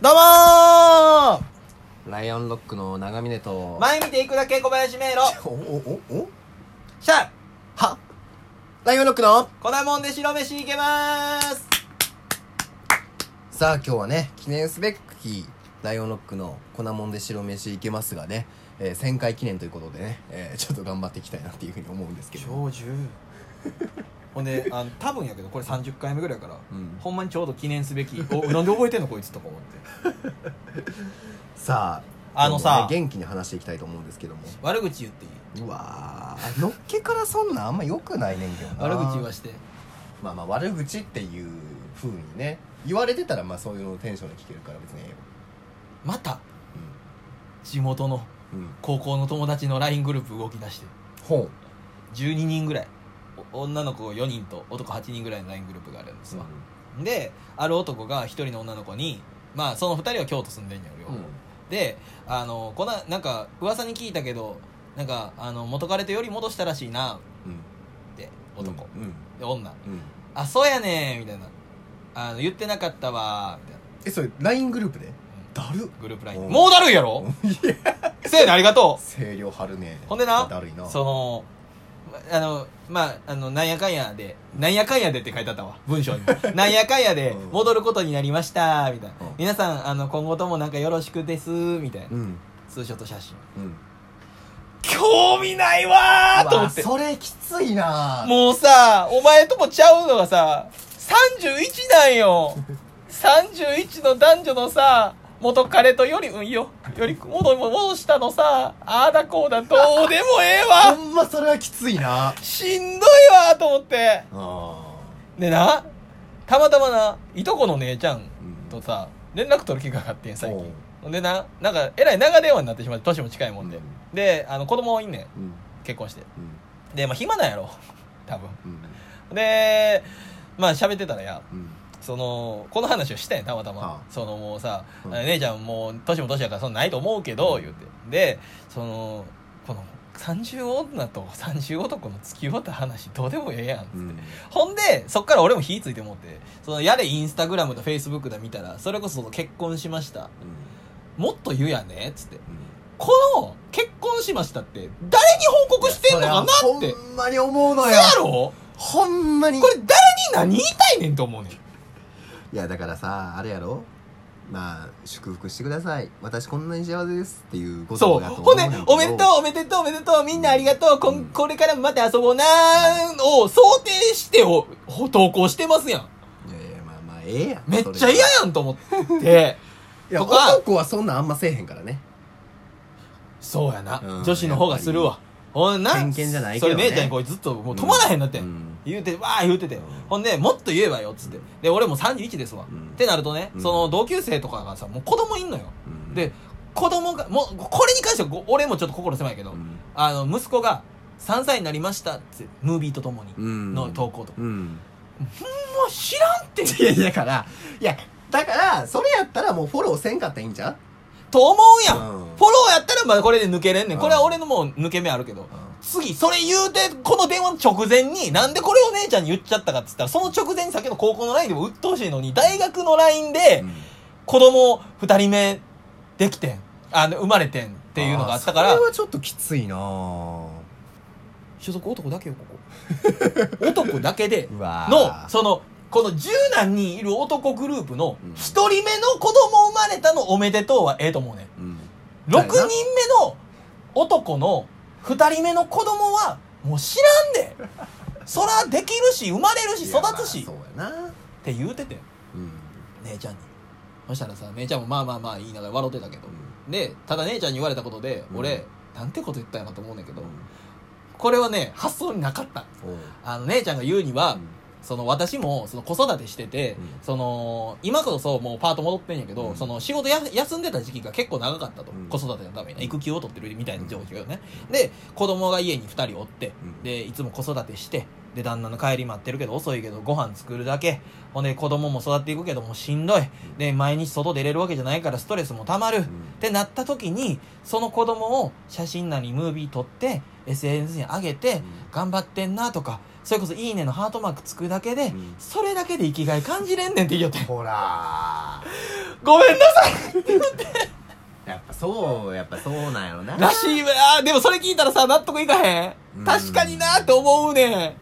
どうもーライオンロックの長峰と、前見ていくだけ小林迷路おおおおシャーはライオンロックの粉もんで白飯いけまーすさあ今日はね、記念すべき日、ライオンロックの粉もんで白飯いけますがね、えー1000回記念ということでね、えーちょっと頑張っていきたいなっていうふうに思うんですけど。今日10ほんであの多分やけどこれ30回目ぐらいやから、うんほんまにちょうど記念すべきおなんで覚えてんのこいつとか思ってさあ、あのさ今日もね元気に話していきたいと思うんですけども。悪口言っていいうわー、のっけからそんなんあんま良くないねんけどな。悪口言わしてまあまあ悪口っていう風にね、言われてたらまあそういうのテンションで聞けるから別にええよ。また地元のうん。うん。高校の友達の LINE グループ動き出して本。 12人ぐらいお女の子4人と男8人ぐらいの LINE グループがあるんですわ、である男が一人の女の子にまあその二人は京都住んでんやろ、うん。であのこななんか噂に聞いたけどなんかあの元彼とより戻したらしいなうんって男、うんうんで女うん「あそうやねん」みたいなあの「言ってなかったわ」みたいなえそれ LINE グループでだるグループライうンんもうだるいや ろせやねんありがとう声量張るねほんでなだるいなそのまあのまああのなんやかんやで「なんやかんやで」って書いてあったわ文 章に「なんやかんやでうん戻ることになりました」みたいなうん「皆さんあの今後ともなんかよろしくです」みたいなうんツーショット写真うん興味ないわーと思ってうわそれきついなもうさお前ともちゃうのがさ31なんよ31の男女のさ元彼とよりうんよより戻戻したのさああだこうだどうでもええほわ んまそれはきついなしんどいわと思ってあでなたまたまないとこの姉ちゃんうんとさ連絡取る気がかかってん最おう近ほんでななんかえらい長電話になってしまって年も近いもんで、うんであの子供いんねんうん結婚してうんでまあ暇なんやろ 多分うんでまあ喋ってたらやうんそのこの話をしたんやたまたま、はあそのもうさ、うん姉ちゃんもう年も年やからそんなんないと思うけど、うん言うてでそのこの30女と30男の付き合った話どうでもええやんっつって、うんほんでそっから俺も火ついてもってそのやれインスタグラムとフェイスブックだ見たらそれこそその結婚しましたもっと言うやねっつってこの結婚しましたって誰に報告してんのかなってそれはほんまに思うのそうよやろほんまにこれ誰に何言いたいねんと思うねんいやだからさあれやろまあ祝福してください私こんなに幸せですっていうことそう。だとほ思んでねんけ、どおめでとう、おめでとう、おめでとう、みんなありがとう、こうんんこれからもまた遊ぼうなーを想定しておほ投稿してますやん。いやいやまあまあええやんめっちゃ嫌やんと思って。いやとか男はそんなんあんませえへんからねそうやなう。ん女子の方がするわ。ほんな。偏見じゃないけどねそれ姉ちゃんにこれずっともう止まらへんなって。うんん言うて、わー言うててうん。ほんで、もっと言えばよ、つって。で、俺も31ですわ。うんってなるとね、うんその同級生とかがさ、もう子供いんのよ。うんで、子供が、もう、これに関してはご俺もちょっと心狭いけどう、んあの息子が3歳になりましたってムービーとともにうんの投稿とか、うんもう知らんっていやだからいやだからそれやったらもうフォローせんかったらいいんじゃんと思うやん、うフォんローやったらまあこれで抜けれんねんうんこれは俺のもう抜け目あるけど、次それ言うてこの電話の直前になんでこれを姉ちゃんに言っちゃったかっつったらその直前にさっきの高校の LINE でも打ってほしいのに大学の LINE でうん子供2人目できてんあの生まれてんっていうのがあったかーらそれはちょっときついなぁ所属男だけよここ男だけでうわぁの、その、この十何人いる男グループのうん、一人目の子供生まれたのおめでとうはええと思うね。うん六人目の男の二人目の子供は、もう知らんで。そらできるし、生まれるし、いや育まあつし、そっうやなて言うてて、うん姉ちゃんに。そしたらさ、姉ちゃんもまあまあまあ言いながら笑ってたけど。で、ただ姉ちゃんに言われたことで、うん俺、なんてこと言ったんやなと思うねんだけうどん、これはね、発想になかった。おうあの、姉ちゃんが言うには、うんその私もその子育てしてて、うんその今こそもうパート戻ってんやけど、うんその仕事や休んでた時期が結構長かったと、うん子育てのために育休を取ってるみたいな状況ね、で子供が家に2人おって、うんでいつも子育てしてで旦那の帰り待ってるけど遅いけどご飯作るだけほんで子供も育っていくけどもうしんどいで毎日外出れるわけじゃないからストレスもたまる、うっんてなった時にその子供を写真なりムービー撮って SNS に上げて、頑張ってんなとかそれこそ「いいね」のハートマークつくだけで、うんそれだけで生きがい感じれんねんって言いよってほらーごめんなさいやっぱそうやっぱそうなんやろならしいわあーでもそれ聞いたらさ納得いかへうんん確かになーって思うねん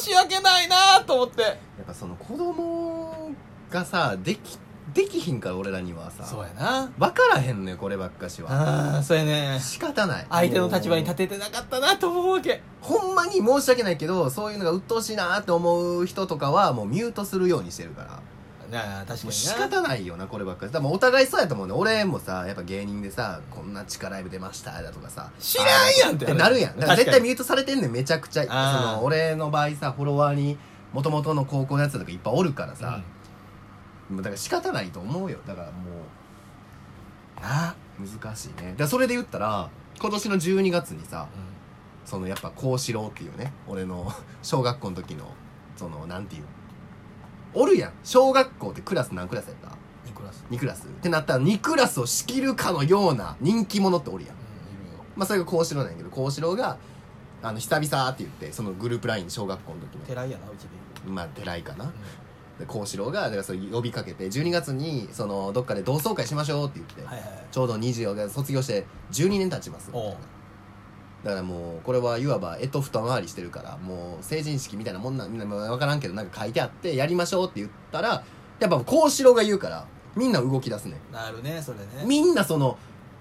申し訳ないなーと思ってやっぱその子供がさできできひんから俺らにはさそうやな分からへんのよこればっかしはああそうやね仕方ない相手の立場に立てててなかったなと思うわけほんまに申し訳ないけどそういうのが鬱陶しいなって思う人とかはもうミュートするようにしてるからなあ確かもにうな仕方ないよなこればっかりだからもうお互いそうやと思うね俺もさやっぱ芸人でさこんな地下ライブ出ましただとかさ知らんやんっっててなるやんだから確絶か対にミュートされてんねんめちゃくちゃあーその俺の場合さフォロワーにもともとの高校のやつとかいっぱいおるからさ、もうだから仕方ないと思うよだからもうんなう難しいねだからそれで言ったら今年の12月にさうそのやっぱ幸四郎っていうね俺の 小学校の時のそのなんていうのおるやん小学校ってクラス何クラスやったんニコラス ?2 クラスってなったら2クラスを仕切るかのような人気者っておるやんうんいるよまあそれが幸四郎なんやけど幸四郎があの久々って言ってそのグループライン小学校の時寺井やなうちでのまあ寺井かな言うで幸四郎がだからそれ呼びかけて12月にそのどっかで同窓会しましょうって言って、うんはいはいはいちょうど24が卒業して12年経ちますおうだからもうこれはいわばえと太回りしてるからもう成人式みたいなもんなんみんな分からんけどなんか書いてあってやりましょうって言ったらやっぱ幸四郎が言うからみんな動き出すねなるねそれねみんなその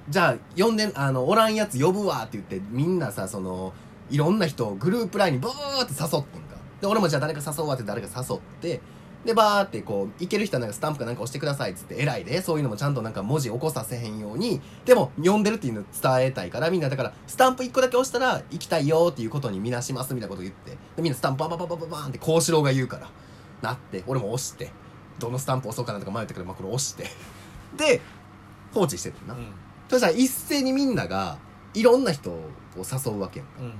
じゃあ呼んであのおらんやつ呼ぶわって言ってみんなさそのいろんな人をグループラインにブーって誘ってんかで俺もじゃあ誰か誘うわって誰か誘ってでバーってこういける人はなんかスタンプかなんか押してくださいっつって偉いでそういうのもちゃんとなんか文字起こさせへんようにでも呼んでるっていうのを伝えたいからみんなだからスタンプ1個だけ押したら行きたいよっていうことにみなしますみたいなこと言ってでみんなスタンプバンバンバンバンバンバンって幸四郎が言うからなって俺も押してどのスタンプ押そうかなとか迷ったけど、まあ、これ押してで放置してるな、うんそしたら一斉にみんながいろんな人を誘うわけやんうん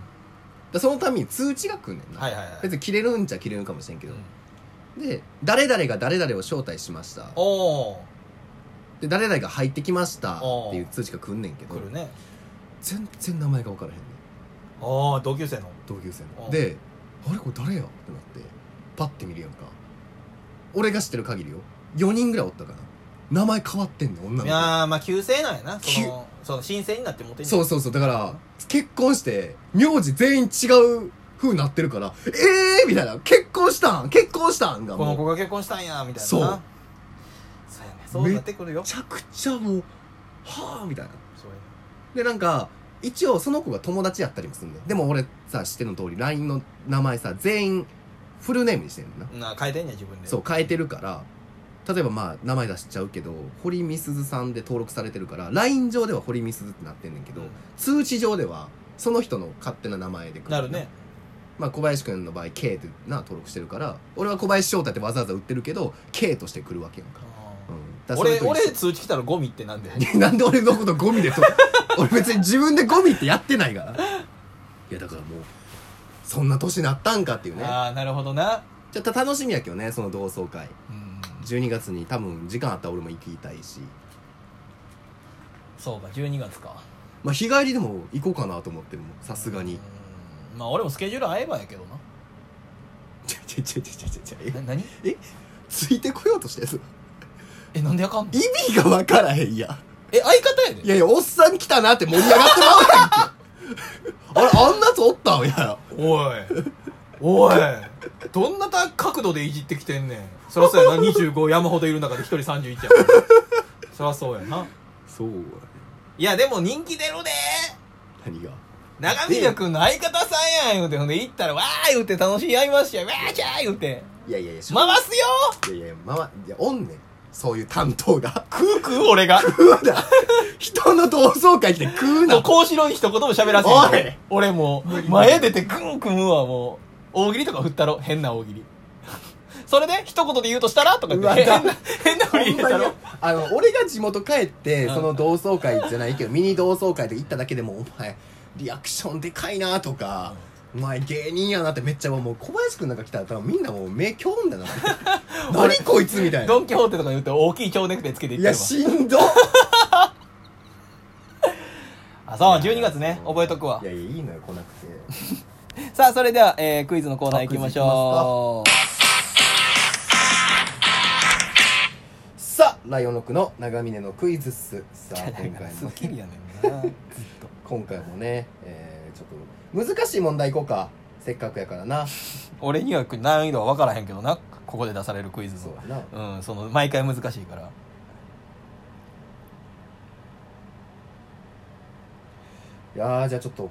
でそのために通知が来んねんな、はいはいはい別に切れるんちゃ切れるかもしれんけどう、んで誰々が誰々を招待しましたおおで誰々が入ってきましたおうっていう通知が来んねんけど来るね全然名前が分からへんねんああ同級生の同級生おのうであれこれ誰やってなってパッて見るやんか俺が知ってる限りよ4人ぐらいおったかな名前変わってんねん女のい子やーまあ旧姓なんやなそ旧のその新生になってモテんねんそうそうそう。だから、結婚して、名字全員違う風になってるから、えーみたいな。結婚したん結婚したんがこのもう、子が結婚したんやみたいななそうそうやねそうなってくるよめちゃくちゃもう、はぁみたいな。そうやねで、なんか、一応その子が友達やったりもすんねんでも俺さ、知っての通り、LINE の名前さ、全員、フルネームにしてんねんな。な変えてんねん自分でそう、変えてるから、例えばまあ、名前出しちゃうけど、堀美鈴さんで登録されてるから、LINE 上では堀美鈴ってなってんねんけど、うん通知上では、その人の勝手な名前で来なるねまあ、小林君の場合 K ってな登録してるから俺は小林翔太ってわざわざ売ってるけど K として来るわけやんか,、うん、だからそれ俺と一緒俺通知来たらゴミってなんでなんで俺のことゴミでと俺別に自分でゴミってやってないからいやだからもうそんな年なったんかって いうねああなるほどなちょっと楽しみやけどねその同窓会うん12月に多分時間あったら俺も行きたいしそうか12月かまあ日帰りでも行こうかなと思ってるもんさすがにうんまあ俺もスケジュール合えばやけどなちょちょちょちょちょちょえな何ついてこようとしてるえなんであかんの意味が分からへんやんえ相方やでいやいや、おっさん来たなって盛り上がってまうやん け。あれ、あんなやつおったんや。おいおいどんなた角度でいじってきてんねんそりゃそうやな25山ほどいる中で1人31やもんそりゃそうやなそうやね。いやでも人気出るで何が長宮君の相方さんやん言うてほんで行ったらわー言うて楽しいやりましたよわーちゃー言うていやいやいや、しょ回すよいやいや、まま、いや、おんねん。そういう担当が。食う食う俺が食うな。人の同窓会来て食うもうな。幸四郎に一言も喋らせおへいん俺もう前出てグン組むわもう大喜利とか振ったろ変な大喜利それで一言で言うとしたらとか言うわって変な変な振り入れたろあの、俺が地元帰って、うんその同窓会じゃないけど、ミニ同窓会で行っただけでも、お前、リアクションでかいなとか、お前芸人やなってめっちゃもう小林くんなんか来たら多分みんなもう目きょんだ な。何こいつみたいなド。ン・キホーテとか言って大きい蝶ネクタイつけていっいてるや、わしんどあそう12月ね覚えとくわいやいやいいのよ来なくてさあそれでは、えークイズのコーナー行きましょうさあライオンロックの長峰のクイズっすさあだ今から回すっ もきりやねんなずっと今回もね、えーちょっと難しい問題いこうかせっかくやからな俺には難易度は分からへんけどなここで出されるクイズそうのやなうんその毎回難しいからいやーじゃあちょっとう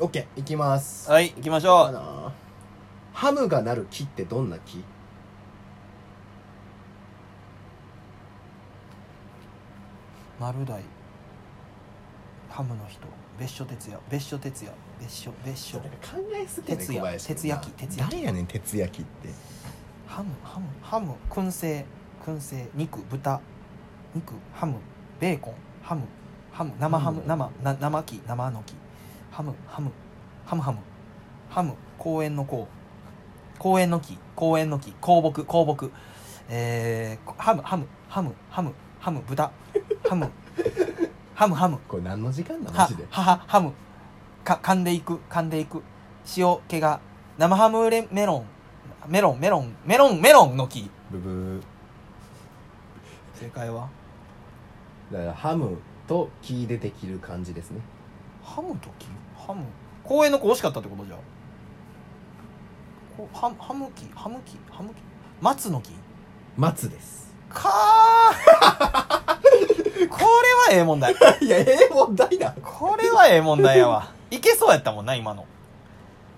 ーん OK いきますはい行きましょかうなハムがなる木ってどんな木丸大ハムの人別所哲也別所哲也別所別所考えすぎやね小林君な誰やねん鉄焼きってハムハムハム燻製燻製肉豚肉ハムベーコンハムハム生ハムハム生な生木生の木ハムハムハムハムハム公園の公公園の木公園の木公木公木えー、ハムハムハムハムハム豚ハムハムハムこれ何の時間なのは、はは、ハム。か、噛んでいく、噛んでいく。塩気が。生ハムレメロン。メロン、メロン、メロン、メロンの木。ブブ正解はーだからハムと木でできる感じですねハムと木ハム。公園の子惜しかったってことじゃん。こハム、ハム木、ハム木、ハム木。松の木松ですかー これはええ問題。 いやええ問題だこれはええ問題やわ。いけそうやったもんな、今の。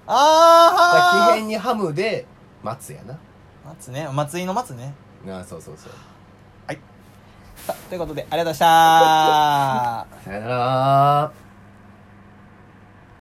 あ機ー変にハムで松やな松ね。松井の松ね。ああそうそうそうさあということでありがとうございましたさよなら